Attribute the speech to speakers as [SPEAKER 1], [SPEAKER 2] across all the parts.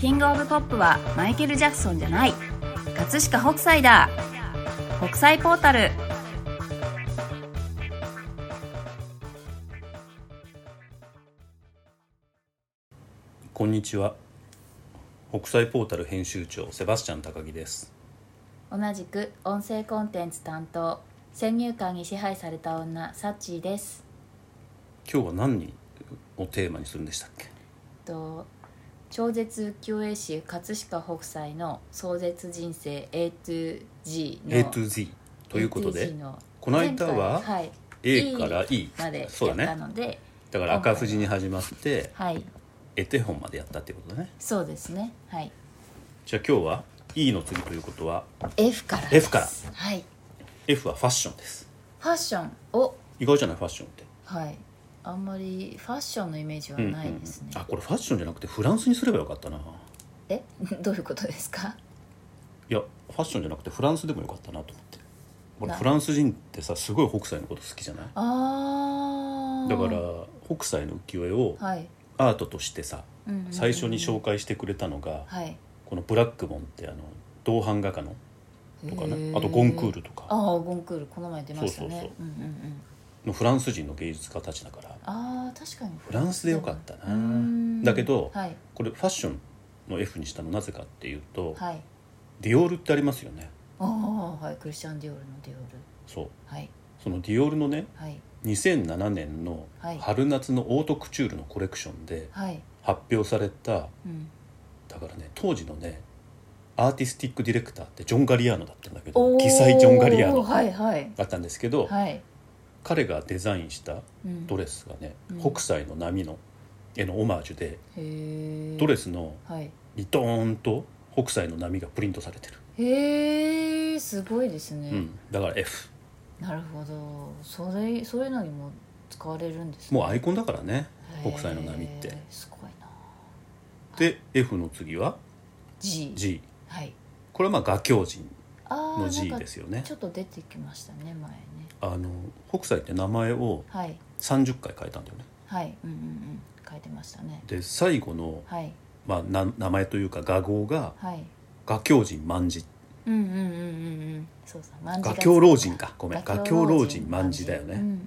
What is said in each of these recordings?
[SPEAKER 1] キングオブポップはマイケル・ジャクソンじゃない葛飾北斎だ国際ポータル
[SPEAKER 2] こんにちは北際ポータル編集長セバスチャン高木です
[SPEAKER 1] 同じく音声コンテンツ担当先入観に支配された女サッチーです
[SPEAKER 2] 今日は何人をテーマにするんでしたっけ
[SPEAKER 1] と超絶浮世絵師葛飾北斎の壮絶人生 A to G の
[SPEAKER 2] A to Z ということ
[SPEAKER 1] A
[SPEAKER 2] で
[SPEAKER 1] to G の
[SPEAKER 2] この間は
[SPEAKER 1] 前回い
[SPEAKER 2] A から E
[SPEAKER 1] までやっ
[SPEAKER 2] そうだ
[SPEAKER 1] た
[SPEAKER 2] ね
[SPEAKER 1] ので、
[SPEAKER 2] だから赤富士に始まって
[SPEAKER 1] はい
[SPEAKER 2] 絵手本までやったってことだね
[SPEAKER 1] そうですねはい
[SPEAKER 2] じゃあ今日は E の次ということは
[SPEAKER 1] F からです
[SPEAKER 2] F から
[SPEAKER 1] はい
[SPEAKER 2] F はファッションです
[SPEAKER 1] ファッションを
[SPEAKER 2] 意外じゃないファッションって
[SPEAKER 1] はいあんまりファッションのイメージはないですね、
[SPEAKER 2] あこれファッションじゃなくてフランスにすればよかったない
[SPEAKER 1] え どういうことですか
[SPEAKER 2] やファッションじゃなくてフランスでもよかったなと思って俺
[SPEAKER 1] な
[SPEAKER 2] フランス人ってさすごい北斎のこと好きじゃない
[SPEAKER 1] ああ
[SPEAKER 2] だから北斎の浮世絵を
[SPEAKER 1] はい、
[SPEAKER 2] アートとしてさ
[SPEAKER 1] うんうんうん
[SPEAKER 2] 最初に紹介してくれたのが
[SPEAKER 1] はい
[SPEAKER 2] この「ブラックモン」ってあの銅版画家のとか
[SPEAKER 1] へ
[SPEAKER 2] ね
[SPEAKER 1] ー
[SPEAKER 2] あとゴンクールと
[SPEAKER 1] あ
[SPEAKER 2] か
[SPEAKER 1] あゴンクールこの前出ましたね
[SPEAKER 2] そうそう
[SPEAKER 1] うんうんうん
[SPEAKER 2] のフランス人の芸術家たちだから
[SPEAKER 1] ああ確かに
[SPEAKER 2] フランスでよかった
[SPEAKER 1] う
[SPEAKER 2] なんだけど
[SPEAKER 1] はい
[SPEAKER 2] これファッションの F にしたのなぜかっていうと
[SPEAKER 1] はい
[SPEAKER 2] ディオールってありますよね
[SPEAKER 1] ああはいクリスチャン・ディオールのディオール
[SPEAKER 2] そう
[SPEAKER 1] はい
[SPEAKER 2] そのディオールのね
[SPEAKER 1] はい
[SPEAKER 2] 2007年の
[SPEAKER 1] はい
[SPEAKER 2] 春夏のオートクチュールのコレクションで
[SPEAKER 1] はい
[SPEAKER 2] 発表された
[SPEAKER 1] うん
[SPEAKER 2] だからね当時のねアーティスティックディレクターってジョン・ガリアーノだったんだけど
[SPEAKER 1] ー
[SPEAKER 2] 記載ジョン・ガリアーノ
[SPEAKER 1] はいはい
[SPEAKER 2] だったんですけど、
[SPEAKER 1] はい、
[SPEAKER 2] 彼がデザインした
[SPEAKER 1] うん、
[SPEAKER 2] ドレスがね、
[SPEAKER 1] うん
[SPEAKER 2] 北斎の波の絵のオマージュで、
[SPEAKER 1] へえ
[SPEAKER 2] ドレスの
[SPEAKER 1] はい
[SPEAKER 2] リトーンと北斎の波がプリントされてる、
[SPEAKER 1] へえすごいですね、
[SPEAKER 2] うん、だから F
[SPEAKER 1] なるほどそれそういうのにも使われるんですね
[SPEAKER 2] もうアイコンだからね
[SPEAKER 1] へー
[SPEAKER 2] 北斎の波って
[SPEAKER 1] すごいな
[SPEAKER 2] で F の次は
[SPEAKER 1] G,
[SPEAKER 2] G
[SPEAKER 1] はい
[SPEAKER 2] これはまあ画狂人
[SPEAKER 1] あー
[SPEAKER 2] の G
[SPEAKER 1] なんか
[SPEAKER 2] ですよね
[SPEAKER 1] ちょっと出てきましたね前ね
[SPEAKER 2] あの北斎って名前を
[SPEAKER 1] はい
[SPEAKER 2] 30回変えたんだよね
[SPEAKER 1] はいうんうんうん書いてましたね
[SPEAKER 2] で最後の、
[SPEAKER 1] はい
[SPEAKER 2] まあ、な名前というか画号が
[SPEAKER 1] はい
[SPEAKER 2] 画狂人万字
[SPEAKER 1] うんうんうんうんうんそうさ万
[SPEAKER 2] 画狂老人
[SPEAKER 1] か
[SPEAKER 2] かごめん画狂老人万字だよね、
[SPEAKER 1] うんうん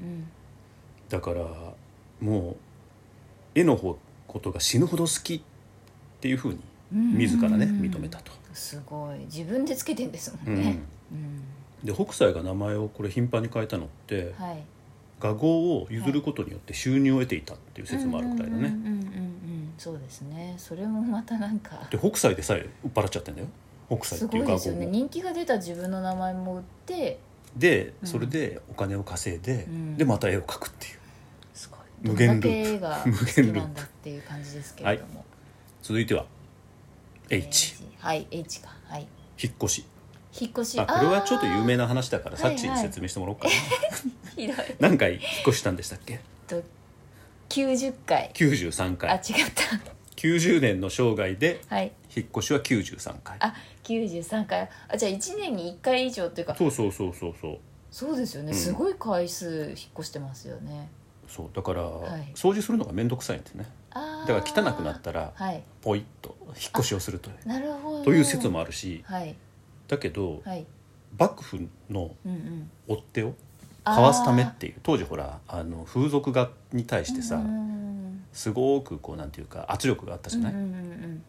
[SPEAKER 2] だからもう絵の方ことが死ぬほど好きっていうふうに自らね
[SPEAKER 1] うんうんうん
[SPEAKER 2] 認めたと、
[SPEAKER 1] すごい自分でつけてんですも
[SPEAKER 2] うんん
[SPEAKER 1] ね、うん
[SPEAKER 2] で北斎が名前をこれ頻繁に変えたのって
[SPEAKER 1] はい
[SPEAKER 2] 画号を譲ることによって収入を得ていたっていう説もあるくらいだ
[SPEAKER 1] うん
[SPEAKER 2] ね
[SPEAKER 1] うんうんうんうんそうですねそれもまたなんか
[SPEAKER 2] で北斎でさえ売っ払っちゃってんだよ北斎
[SPEAKER 1] す
[SPEAKER 2] ってい
[SPEAKER 1] ご
[SPEAKER 2] う
[SPEAKER 1] い
[SPEAKER 2] 画
[SPEAKER 1] です
[SPEAKER 2] 号
[SPEAKER 1] よね
[SPEAKER 2] も
[SPEAKER 1] 人気が出た自分の名前も売って
[SPEAKER 2] で
[SPEAKER 1] うん
[SPEAKER 2] それでお金を稼いで
[SPEAKER 1] うん
[SPEAKER 2] でまた絵を描くっていう
[SPEAKER 1] すごい
[SPEAKER 2] 無限ル
[SPEAKER 1] どん
[SPEAKER 2] ープ
[SPEAKER 1] だけ絵が好きなんだっていう感じですけれども、
[SPEAKER 2] 続いては
[SPEAKER 1] えー
[SPEAKER 2] H
[SPEAKER 1] はい H かはい
[SPEAKER 2] 引っ越し
[SPEAKER 1] 引っ越し
[SPEAKER 2] あこれはちょっと有名
[SPEAKER 1] な
[SPEAKER 2] な話だから
[SPEAKER 1] あー
[SPEAKER 2] サッチに説明してもら おうかな
[SPEAKER 1] ひどい
[SPEAKER 2] 何回引っ越したんでしたっけ
[SPEAKER 1] と90回
[SPEAKER 2] 93
[SPEAKER 1] あ違
[SPEAKER 2] 回
[SPEAKER 1] った
[SPEAKER 2] 90年の生涯で
[SPEAKER 1] はい
[SPEAKER 2] 引っ越しは93回
[SPEAKER 1] あ93回あじゃあ1年に1回以上っていうか
[SPEAKER 2] そうそうそうそうそう
[SPEAKER 1] そうですよね、
[SPEAKER 2] うん
[SPEAKER 1] すごい回数引っ越してますよね
[SPEAKER 2] そうだから、
[SPEAKER 1] い
[SPEAKER 2] 掃除するのが面倒くさいんですね
[SPEAKER 1] あ
[SPEAKER 2] だ
[SPEAKER 1] ー
[SPEAKER 2] から汚くなったら
[SPEAKER 1] はい
[SPEAKER 2] ポイッと引っ越しをするという
[SPEAKER 1] なるほど
[SPEAKER 2] という説もあるし
[SPEAKER 1] はい
[SPEAKER 2] だけど、
[SPEAKER 1] はい
[SPEAKER 2] 幕府の
[SPEAKER 1] うんうん
[SPEAKER 2] 追っ手をかわすためっていう当時ほらあの風俗画に対してさ、
[SPEAKER 1] うん
[SPEAKER 2] すごくこうなんていうか圧力があったじゃない、
[SPEAKER 1] うんうんうんうん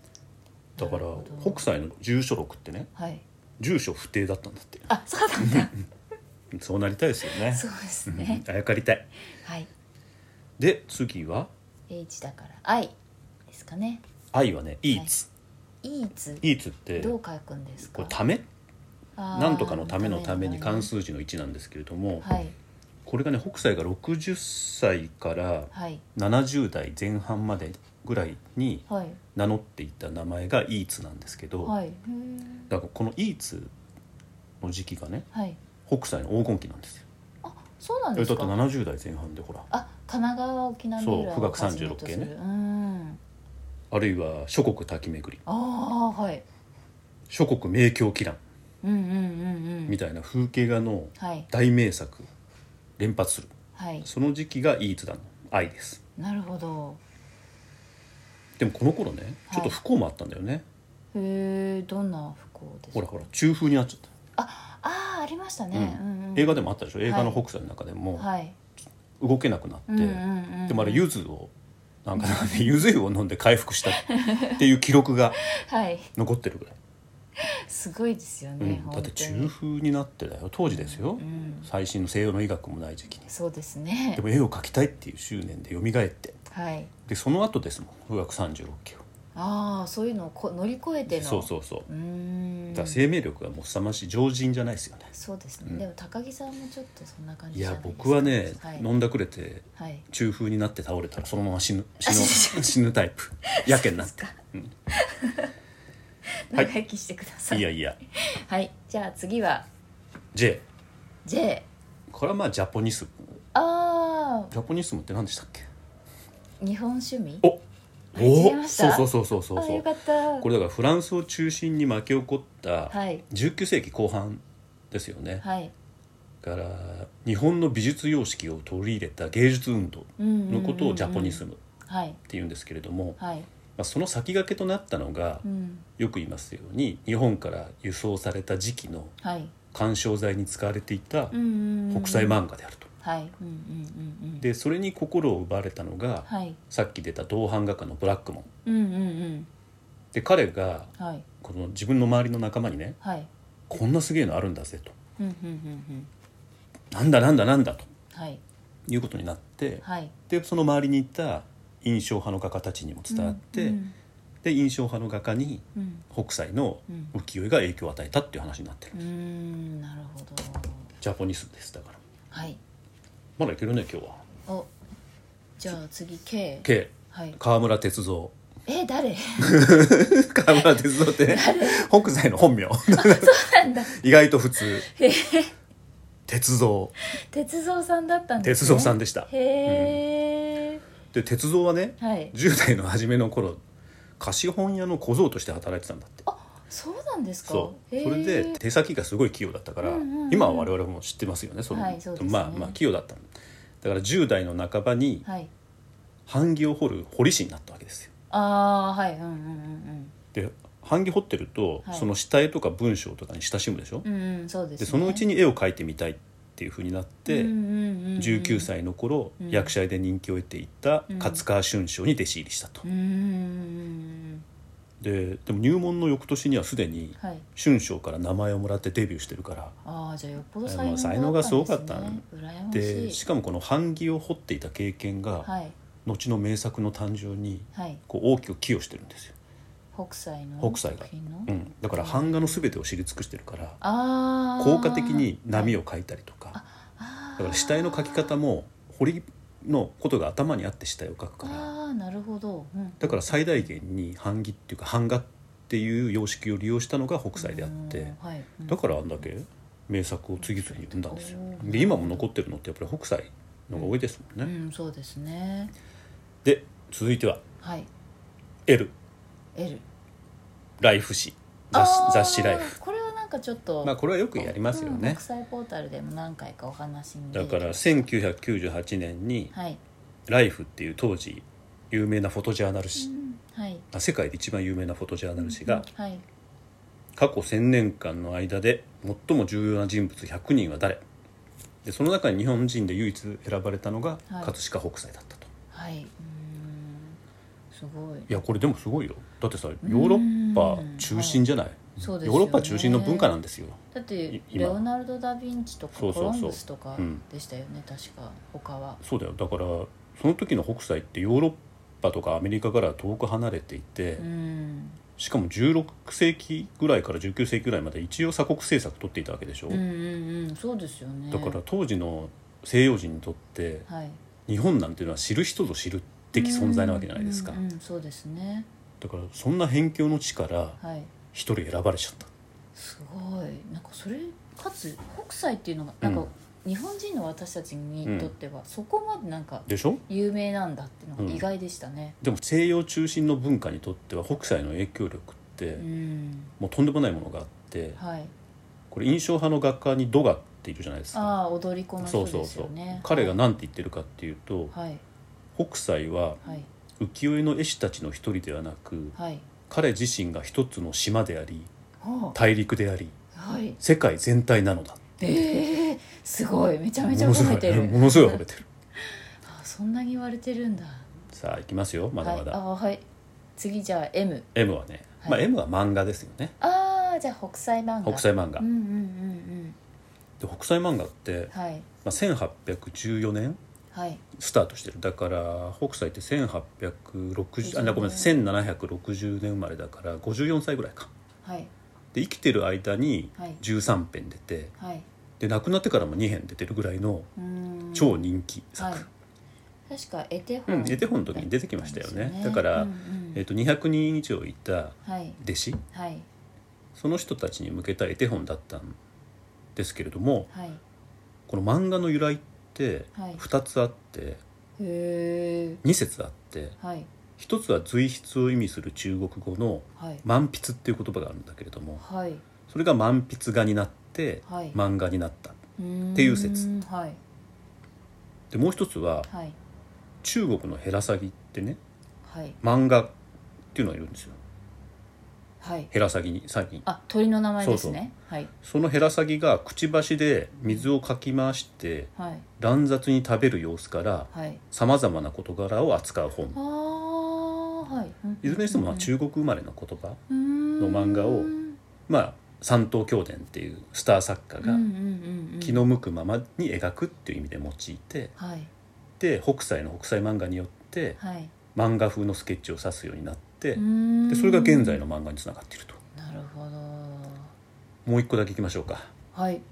[SPEAKER 2] だから
[SPEAKER 1] なるほど
[SPEAKER 2] 北斎の住所録ってね
[SPEAKER 1] はい
[SPEAKER 2] 住所不定だったんだって
[SPEAKER 1] あそうなんだ
[SPEAKER 2] そうなりたいですよね
[SPEAKER 1] そうですね
[SPEAKER 2] うんあやかりたい
[SPEAKER 1] はい
[SPEAKER 2] で次は
[SPEAKER 1] H だから愛ですかね
[SPEAKER 2] 愛はね「イーツ」
[SPEAKER 1] イーツ
[SPEAKER 2] イーツって
[SPEAKER 1] どう書くんです
[SPEAKER 2] これ「
[SPEAKER 1] か
[SPEAKER 2] ため」
[SPEAKER 1] あー
[SPEAKER 2] なんとかのためのために
[SPEAKER 1] ための
[SPEAKER 2] 関数字の1なんですけれども、
[SPEAKER 1] はい
[SPEAKER 2] これがね北斎が60歳から
[SPEAKER 1] はい
[SPEAKER 2] 70代前半までぐらいに
[SPEAKER 1] はい
[SPEAKER 2] 名乗っていた名前がイーツなんですけど、
[SPEAKER 1] はいへー
[SPEAKER 2] だからこのイーツの時期がね
[SPEAKER 1] はい
[SPEAKER 2] 北斎の黄金期なんですよ。
[SPEAKER 1] あそうな
[SPEAKER 2] だ
[SPEAKER 1] んで
[SPEAKER 2] って
[SPEAKER 1] すか
[SPEAKER 2] 70代前半でほら
[SPEAKER 1] あ神奈川沖縄三浦
[SPEAKER 2] そう富岳
[SPEAKER 1] をはじめ
[SPEAKER 2] 36
[SPEAKER 1] とす
[SPEAKER 2] 系
[SPEAKER 1] る
[SPEAKER 2] ね
[SPEAKER 1] うん
[SPEAKER 2] あるいは諸国滝巡り
[SPEAKER 1] ああーはい
[SPEAKER 2] 諸国名教祈願
[SPEAKER 1] うんうんうんうん
[SPEAKER 2] みたいな風景画の
[SPEAKER 1] はい
[SPEAKER 2] 大名作連発する
[SPEAKER 1] はい
[SPEAKER 2] その時期がイーツだの愛です
[SPEAKER 1] なるほど
[SPEAKER 2] でもこの頃ねちょっと不幸もあったんだよね、
[SPEAKER 1] へえどんな不幸ですか
[SPEAKER 2] ほらほら中風になっちゃった
[SPEAKER 1] ああありましたね、
[SPEAKER 2] う
[SPEAKER 1] うんうん
[SPEAKER 2] 映画でもあったでしょ映画の北斎の中でも
[SPEAKER 1] はい
[SPEAKER 2] 動けなくなって、
[SPEAKER 1] で
[SPEAKER 2] でもあれ柚子をなんかなんで柚子湯を飲んで回復したっていう記録が
[SPEAKER 1] はい
[SPEAKER 2] 残ってるぐらい、
[SPEAKER 1] すごいですよ
[SPEAKER 2] う
[SPEAKER 1] ね、
[SPEAKER 2] ん、だ
[SPEAKER 1] 本
[SPEAKER 2] って
[SPEAKER 1] 当
[SPEAKER 2] 中
[SPEAKER 1] に
[SPEAKER 2] 風になってだよ当時ですよ、
[SPEAKER 1] うん、
[SPEAKER 2] 最新の西洋の医学もない時期に
[SPEAKER 1] そうですね
[SPEAKER 2] でも絵を描きたいっていう執念で蘇って
[SPEAKER 1] はい
[SPEAKER 2] でその後ですもん「風学36期を
[SPEAKER 1] ああそういうのをこ乗り越えて」の
[SPEAKER 2] そうそうそう
[SPEAKER 1] うーん
[SPEAKER 2] だから生命力がもう凄まじい常人じゃないですよね
[SPEAKER 1] そうですね、
[SPEAKER 2] うん
[SPEAKER 1] でも高木さんもちょっとそんな感じ
[SPEAKER 2] い
[SPEAKER 1] じ
[SPEAKER 2] や
[SPEAKER 1] ゃないですか
[SPEAKER 2] 僕はね、
[SPEAKER 1] はい、
[SPEAKER 2] 飲んだくれて
[SPEAKER 1] はい
[SPEAKER 2] 中風になって倒れたらそのまま 死ぬ死ぬ死ぬタイプやけになっ
[SPEAKER 1] です
[SPEAKER 2] て
[SPEAKER 1] か、
[SPEAKER 2] うんはい
[SPEAKER 1] 長生きしてください
[SPEAKER 2] いやいや
[SPEAKER 1] はいじゃあ次は
[SPEAKER 2] J
[SPEAKER 1] J
[SPEAKER 2] これはまあジャポニスム
[SPEAKER 1] あ
[SPEAKER 2] ジャポニスムって何でしたっけ
[SPEAKER 1] あ日本趣味
[SPEAKER 2] お
[SPEAKER 1] 違いまし
[SPEAKER 2] そう
[SPEAKER 1] た
[SPEAKER 2] そうそうそうそう
[SPEAKER 1] あ
[SPEAKER 2] そ
[SPEAKER 1] よ
[SPEAKER 2] う
[SPEAKER 1] かった
[SPEAKER 2] これだからフランスを中心に巻き起こった
[SPEAKER 1] はい
[SPEAKER 2] 19世紀後半ですよね、
[SPEAKER 1] はい
[SPEAKER 2] だから日本の美術様式を取り入れた芸術運動の
[SPEAKER 1] の
[SPEAKER 2] ことをジャポニスムっ
[SPEAKER 1] はい
[SPEAKER 2] ていうんですけれども、
[SPEAKER 1] はい
[SPEAKER 2] まあ、その先駆けとなったのが
[SPEAKER 1] うん
[SPEAKER 2] よく言いますように日本から輸送された時期の
[SPEAKER 1] はい
[SPEAKER 2] 緩衝材に使われていた
[SPEAKER 1] うんうんうん
[SPEAKER 2] 国際漫画であると。
[SPEAKER 1] はいうんうんうんうん
[SPEAKER 2] でそれに心を奪われたのが
[SPEAKER 1] はい
[SPEAKER 2] さっき出た同伴画家のブラックモン。
[SPEAKER 1] うんうんうん
[SPEAKER 2] で彼が
[SPEAKER 1] はい
[SPEAKER 2] この自分の周りの仲間にね
[SPEAKER 1] はい
[SPEAKER 2] こんなすげえのあるんだぜと
[SPEAKER 1] うんうんうん
[SPEAKER 2] なんだなんだなんだと
[SPEAKER 1] うんはい
[SPEAKER 2] いうことになって
[SPEAKER 1] はい
[SPEAKER 2] でその周りにいた印象派の画家たちにも伝わって、
[SPEAKER 1] うん
[SPEAKER 2] で印象派の画家に
[SPEAKER 1] うん
[SPEAKER 2] 北斎の
[SPEAKER 1] うん
[SPEAKER 2] 浮世絵が影響を与えたっていう話になってる、
[SPEAKER 1] うんうーんなるほど
[SPEAKER 2] ジャポニスムですだから
[SPEAKER 1] はい
[SPEAKER 2] まだいけるね今日は
[SPEAKER 1] おじゃあ次 K
[SPEAKER 2] K
[SPEAKER 1] はい
[SPEAKER 2] 川村哲 三
[SPEAKER 1] え誰
[SPEAKER 2] 川村哲三って 北斎の 本名
[SPEAKER 1] なんだ
[SPEAKER 2] 意外と普通鉄三
[SPEAKER 1] 鉄三さんだったんです
[SPEAKER 2] 鉄
[SPEAKER 1] ね
[SPEAKER 2] 三さんでした
[SPEAKER 1] へえ
[SPEAKER 2] で鉄三はね
[SPEAKER 1] はい
[SPEAKER 2] 10代の初めの頃貸本屋の小僧として働いてたんだって
[SPEAKER 1] そうなんですか
[SPEAKER 2] そう
[SPEAKER 1] へえ
[SPEAKER 2] それで手先がすごい器用だったから、
[SPEAKER 1] うんうんうん
[SPEAKER 2] 今は我々も知ってますよねその、
[SPEAKER 1] はいそうですね
[SPEAKER 2] まあまあ器用だっただから10代の半ばに
[SPEAKER 1] はい
[SPEAKER 2] 版木を掘る彫り師になったわけですよ
[SPEAKER 1] ああーはいうんうん
[SPEAKER 2] で版木彫ってると、
[SPEAKER 1] はい
[SPEAKER 2] その下絵とか文章とかに親しむでしょ、
[SPEAKER 1] うんうんうんそうです
[SPEAKER 2] で
[SPEAKER 1] ね
[SPEAKER 2] そのうちに絵を描いてみたいっていうふうになって、
[SPEAKER 1] うんうんうんうん
[SPEAKER 2] 19歳の頃、
[SPEAKER 1] うん
[SPEAKER 2] 役者絵で人気を得ていた勝川春章に弟子入りしたと、
[SPEAKER 1] うんうんうん
[SPEAKER 2] ででも入門の翌年にはすでに
[SPEAKER 1] うんはい
[SPEAKER 2] 春章から名前をもらってデビューしてるから
[SPEAKER 1] ああじゃあよっぽど
[SPEAKER 2] まあ才能がすごかったん
[SPEAKER 1] ですね羨
[SPEAKER 2] で
[SPEAKER 1] まし
[SPEAKER 2] し
[SPEAKER 1] い
[SPEAKER 2] かもこの版木を彫っていた経験が
[SPEAKER 1] はい
[SPEAKER 2] 後の名作の誕生に
[SPEAKER 1] はい
[SPEAKER 2] こう大きく寄与してるんですよ、
[SPEAKER 1] 北斎の
[SPEAKER 2] 北斎が
[SPEAKER 1] 作品の
[SPEAKER 2] うん、だから版画の全てを知り尽くしてるから
[SPEAKER 1] ああ
[SPEAKER 2] 効果的に波
[SPEAKER 1] を
[SPEAKER 2] を描いたりとか
[SPEAKER 1] だ
[SPEAKER 2] だから下絵の描き方も彫りのことが頭にあって下絵を描くから
[SPEAKER 1] ああなるほど、うん、
[SPEAKER 2] だから最大限に版木っていうか版画っていう様式を利用したのが北斎であって
[SPEAKER 1] うんはいうん
[SPEAKER 2] だからあんだけ名作を次々生んだんですよ
[SPEAKER 1] うん
[SPEAKER 2] で今も残ってるのってやっぱり北斎の方が多いですも
[SPEAKER 1] うん
[SPEAKER 2] ね
[SPEAKER 1] んそうですね
[SPEAKER 2] で続いては
[SPEAKER 1] はい
[SPEAKER 2] L
[SPEAKER 1] L
[SPEAKER 2] ライフ誌雑誌
[SPEAKER 1] あー
[SPEAKER 2] 雑誌ライフ
[SPEAKER 1] これはなんかちょっと、
[SPEAKER 2] まあこれはよくやりますよ
[SPEAKER 1] うん
[SPEAKER 2] ね
[SPEAKER 1] 国、際ポータルでも何回かお話に出
[SPEAKER 2] だ
[SPEAKER 1] て
[SPEAKER 2] から1998年に
[SPEAKER 1] はい、
[SPEAKER 2] 「ライフっていう当時有名なフォトジャーナル
[SPEAKER 1] う
[SPEAKER 2] 誌、
[SPEAKER 1] んはい
[SPEAKER 2] あ世界で一番有名なフォトジャーナル誌が
[SPEAKER 1] はい
[SPEAKER 2] 過去1000年間の間で最も重要な人物100人は誰でその中に日本人で唯一選ばれたのが
[SPEAKER 1] はい
[SPEAKER 2] 葛飾北斎だったと、
[SPEAKER 1] はいうーんすごい
[SPEAKER 2] い、やこれでもすごいよだってさヨーロッパ中心じゃない、
[SPEAKER 1] そうです
[SPEAKER 2] ヨ
[SPEAKER 1] よ
[SPEAKER 2] ー
[SPEAKER 1] ね
[SPEAKER 2] ロッパ中心の文化なんですよ
[SPEAKER 1] だって
[SPEAKER 2] い今
[SPEAKER 1] レオナルド・ダ・ヴィンチとか
[SPEAKER 2] そう
[SPEAKER 1] コ
[SPEAKER 2] そうそう
[SPEAKER 1] ロンブスとか
[SPEAKER 2] うん
[SPEAKER 1] でしたよね確か他は
[SPEAKER 2] そうだよだからその時の北斎ってヨーロッパとかアメリカからは遠く離れていて、
[SPEAKER 1] うん
[SPEAKER 2] しかも16世紀ぐらいから19世紀ぐらいまで一応鎖国政策取っていたわけでしょ、
[SPEAKER 1] うんうんうんそうですよね
[SPEAKER 2] だから当時の西洋人にとって
[SPEAKER 1] はい
[SPEAKER 2] 日本なんていうのは知る人ぞ知る的存在なわけじゃないですか、
[SPEAKER 1] うんうんうんそうですね
[SPEAKER 2] だからそんな辺境の地から
[SPEAKER 1] はい
[SPEAKER 2] 一人選ばれちゃった
[SPEAKER 1] すごいなんかそれかつ北斎っていうのがなんか、日本人の私たちにとっては、そこまでなんか
[SPEAKER 2] でしょ
[SPEAKER 1] 有名なんだっていうのが意外でしたね
[SPEAKER 2] でも西洋中心の文化にとっては北斎の影響力って
[SPEAKER 1] うん、
[SPEAKER 2] もうとんでもないものがあって
[SPEAKER 1] はい
[SPEAKER 2] これ印象派の画家にドガっているじゃないですか
[SPEAKER 1] ああ踊り子の
[SPEAKER 2] そ
[SPEAKER 1] 人
[SPEAKER 2] うそ
[SPEAKER 1] で
[SPEAKER 2] う
[SPEAKER 1] す
[SPEAKER 2] そう
[SPEAKER 1] よね
[SPEAKER 2] 彼が何て言ってるかっていうと
[SPEAKER 1] はい
[SPEAKER 2] 北斎は
[SPEAKER 1] はい
[SPEAKER 2] 浮世絵の絵師たちの一人ではなく
[SPEAKER 1] はい
[SPEAKER 2] 彼自身が一つの島であり
[SPEAKER 1] は
[SPEAKER 2] 大陸であり
[SPEAKER 1] あはい
[SPEAKER 2] 世界全体なのだ
[SPEAKER 1] えー、すごいめちゃ
[SPEAKER 2] も
[SPEAKER 1] めちゃ
[SPEAKER 2] のす
[SPEAKER 1] 褒
[SPEAKER 2] ごい
[SPEAKER 1] めてる
[SPEAKER 2] ものすごい褒めてる
[SPEAKER 1] あそんなに言われてるんだ
[SPEAKER 2] さあいきますよまだまだ、
[SPEAKER 1] はい、あはい次じゃあ M
[SPEAKER 2] M はね、
[SPEAKER 1] はい
[SPEAKER 2] まあ、M は漫画ですよね
[SPEAKER 1] あーじゃあ北斎漫画
[SPEAKER 2] 北斎漫画、
[SPEAKER 1] うん
[SPEAKER 2] で
[SPEAKER 1] うんうん
[SPEAKER 2] 北斎漫画って
[SPEAKER 1] うん、はい
[SPEAKER 2] まあ、1814年
[SPEAKER 1] はい
[SPEAKER 2] スタートしてるだから北斎って1860あごめんなさい
[SPEAKER 1] 60
[SPEAKER 2] 1760年生まれだから54歳ぐらいか
[SPEAKER 1] はい
[SPEAKER 2] で生きてる間に
[SPEAKER 1] はい
[SPEAKER 2] 13編出て
[SPEAKER 1] はい
[SPEAKER 2] で亡くなってからも2編出てるぐらいの
[SPEAKER 1] うーん
[SPEAKER 2] 超人気作、
[SPEAKER 1] はい、確か絵手
[SPEAKER 2] う
[SPEAKER 1] 本、
[SPEAKER 2] ん、絵手本の時に出てきましたよね
[SPEAKER 1] です
[SPEAKER 2] だから、
[SPEAKER 1] うんうん
[SPEAKER 2] えっと200人以上いた
[SPEAKER 1] はい
[SPEAKER 2] 弟子
[SPEAKER 1] はい
[SPEAKER 2] その人たちに向けた絵手本だったんですけれども
[SPEAKER 1] はい
[SPEAKER 2] この漫画の由来って
[SPEAKER 1] はい
[SPEAKER 2] 2つあって
[SPEAKER 1] へえ
[SPEAKER 2] 2節あって
[SPEAKER 1] はい
[SPEAKER 2] 1つは随筆を意味する中国語の
[SPEAKER 1] はい
[SPEAKER 2] 「満筆」っていう言葉があるんだけれども
[SPEAKER 1] はいっ
[SPEAKER 2] それが満筆画になって
[SPEAKER 1] はい
[SPEAKER 2] 漫画になった。ってていう説
[SPEAKER 1] はい
[SPEAKER 2] でもう一つは
[SPEAKER 1] はい
[SPEAKER 2] 中国のヘラサギってね
[SPEAKER 1] はい
[SPEAKER 2] 漫画っていうのがいるんですよ
[SPEAKER 1] はい
[SPEAKER 2] ヘラサギにサギに
[SPEAKER 1] あ鳥の名前ですねはい
[SPEAKER 2] そのヘラサギがくちばしで水をかき回して
[SPEAKER 1] はい
[SPEAKER 2] 乱雑に食べる様子から
[SPEAKER 1] はい
[SPEAKER 2] さまざまな事柄を扱う
[SPEAKER 1] あ
[SPEAKER 2] 本
[SPEAKER 1] ーはいうん
[SPEAKER 2] いずれにしてもまあ
[SPEAKER 1] うん
[SPEAKER 2] 中国生まれの言葉
[SPEAKER 1] の
[SPEAKER 2] 漫画をまあ三島教伝っていうスター作家が気の向くままに描くっていう意味で用いて
[SPEAKER 1] はい
[SPEAKER 2] で北斎の北斎漫画によって
[SPEAKER 1] はい
[SPEAKER 2] 漫画風のスケッチを指すようになってで
[SPEAKER 1] で
[SPEAKER 2] それが現在の漫画につながっていると
[SPEAKER 1] なるほど
[SPEAKER 2] もう一個だけいきましょうか
[SPEAKER 1] はい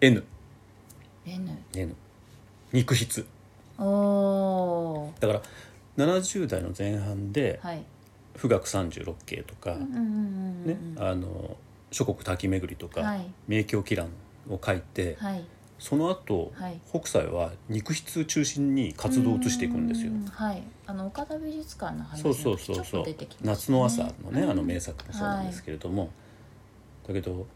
[SPEAKER 2] N
[SPEAKER 1] N
[SPEAKER 2] N 肉筆
[SPEAKER 1] おお
[SPEAKER 2] だから70代の前半で
[SPEAKER 1] はい
[SPEAKER 2] 「富岳三十六景」とか、
[SPEAKER 1] うんうんうんう
[SPEAKER 2] ね
[SPEAKER 1] んうん
[SPEAKER 2] あの諸国滝巡りとか、
[SPEAKER 1] はい
[SPEAKER 2] 名鏡奇覧を書いて、
[SPEAKER 1] はい
[SPEAKER 2] その後、
[SPEAKER 1] はい
[SPEAKER 2] 北斎は肉筆中心に活動を移していくんですよ
[SPEAKER 1] う。はいあの岡田美術館の話
[SPEAKER 2] そう
[SPEAKER 1] の
[SPEAKER 2] そう
[SPEAKER 1] 時ち
[SPEAKER 2] そ
[SPEAKER 1] ょ
[SPEAKER 2] う
[SPEAKER 1] っ
[SPEAKER 2] そ
[SPEAKER 1] と
[SPEAKER 2] う
[SPEAKER 1] 出てきました
[SPEAKER 2] 夏の朝のね、
[SPEAKER 1] うん
[SPEAKER 2] あの名作もそうなんですけれども、だけど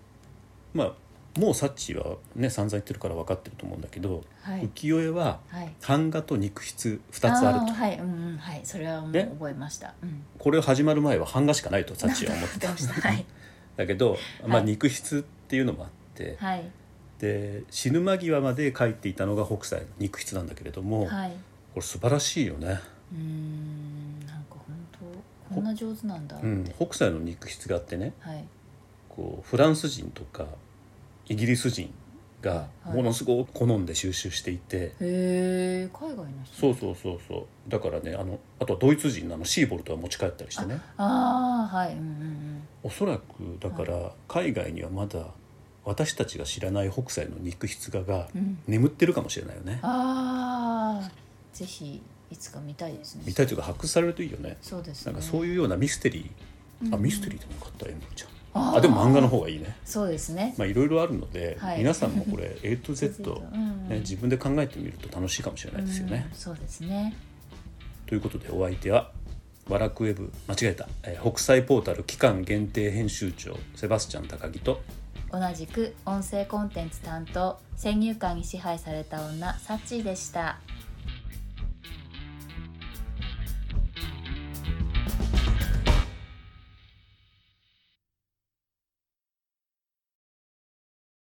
[SPEAKER 2] まあもうサッチはね散々言ってるから分かってると思うんだけど、
[SPEAKER 1] はい
[SPEAKER 2] 浮世絵は
[SPEAKER 1] はい
[SPEAKER 2] 版画と肉筆2つあると
[SPEAKER 1] ーはいうんうんはいそれはもう
[SPEAKER 2] ね
[SPEAKER 1] 覚えましたうん
[SPEAKER 2] これ始まる前は版画しかないとサッチは思って
[SPEAKER 1] 出
[SPEAKER 2] た
[SPEAKER 1] ました はい
[SPEAKER 2] だけど、まあ、
[SPEAKER 1] はい
[SPEAKER 2] 肉筆っていうのもあって、
[SPEAKER 1] はい
[SPEAKER 2] で死ぬ間際まで描いていたのが北斎の肉筆なんだけれども、
[SPEAKER 1] はい
[SPEAKER 2] これ素晴らしいよね、
[SPEAKER 1] うーんなんか本当こんな上手なんだって、
[SPEAKER 2] うん、北斎の肉筆画ってね
[SPEAKER 1] はい
[SPEAKER 2] こうフランス人とかイギリス人が
[SPEAKER 1] はい
[SPEAKER 2] ものすごく好んで収集していて、
[SPEAKER 1] へえ海外の人
[SPEAKER 2] そうそうそうそうだからねあのあとはドイツ人のあのシーボルトは持ち帰ったりしてね
[SPEAKER 1] ああはいうんうん
[SPEAKER 2] おそらくだから海外にはまだ私たちが知らない北斎の肉筆画が
[SPEAKER 1] うんうん
[SPEAKER 2] 眠ってるかもしれないよね、
[SPEAKER 1] ああぜひいつか見たいですね
[SPEAKER 2] 見たいというか発掘されるといいよね
[SPEAKER 1] そうです
[SPEAKER 2] な
[SPEAKER 1] ね
[SPEAKER 2] んかそういうようなミステリ
[SPEAKER 1] うん
[SPEAKER 2] ーあミステリーでもよかった M ちゃ
[SPEAKER 1] あ
[SPEAKER 2] ん
[SPEAKER 1] ー
[SPEAKER 2] あでも漫画の方がいいね
[SPEAKER 1] そうですね、
[SPEAKER 2] まあいろいろあるので、
[SPEAKER 1] はい
[SPEAKER 2] 皆さんもこれ A to Z
[SPEAKER 1] うんうん
[SPEAKER 2] ね、自分で考えてみると楽しいかもしれないですよね
[SPEAKER 1] うん。そうですね
[SPEAKER 2] ということでお相手はワラクウェブ間違えた、えー北斎ポータル期間限定編集長セバスチャン高木と
[SPEAKER 1] 同じく音声コンテンツ担当先入観に支配された女サッチーでした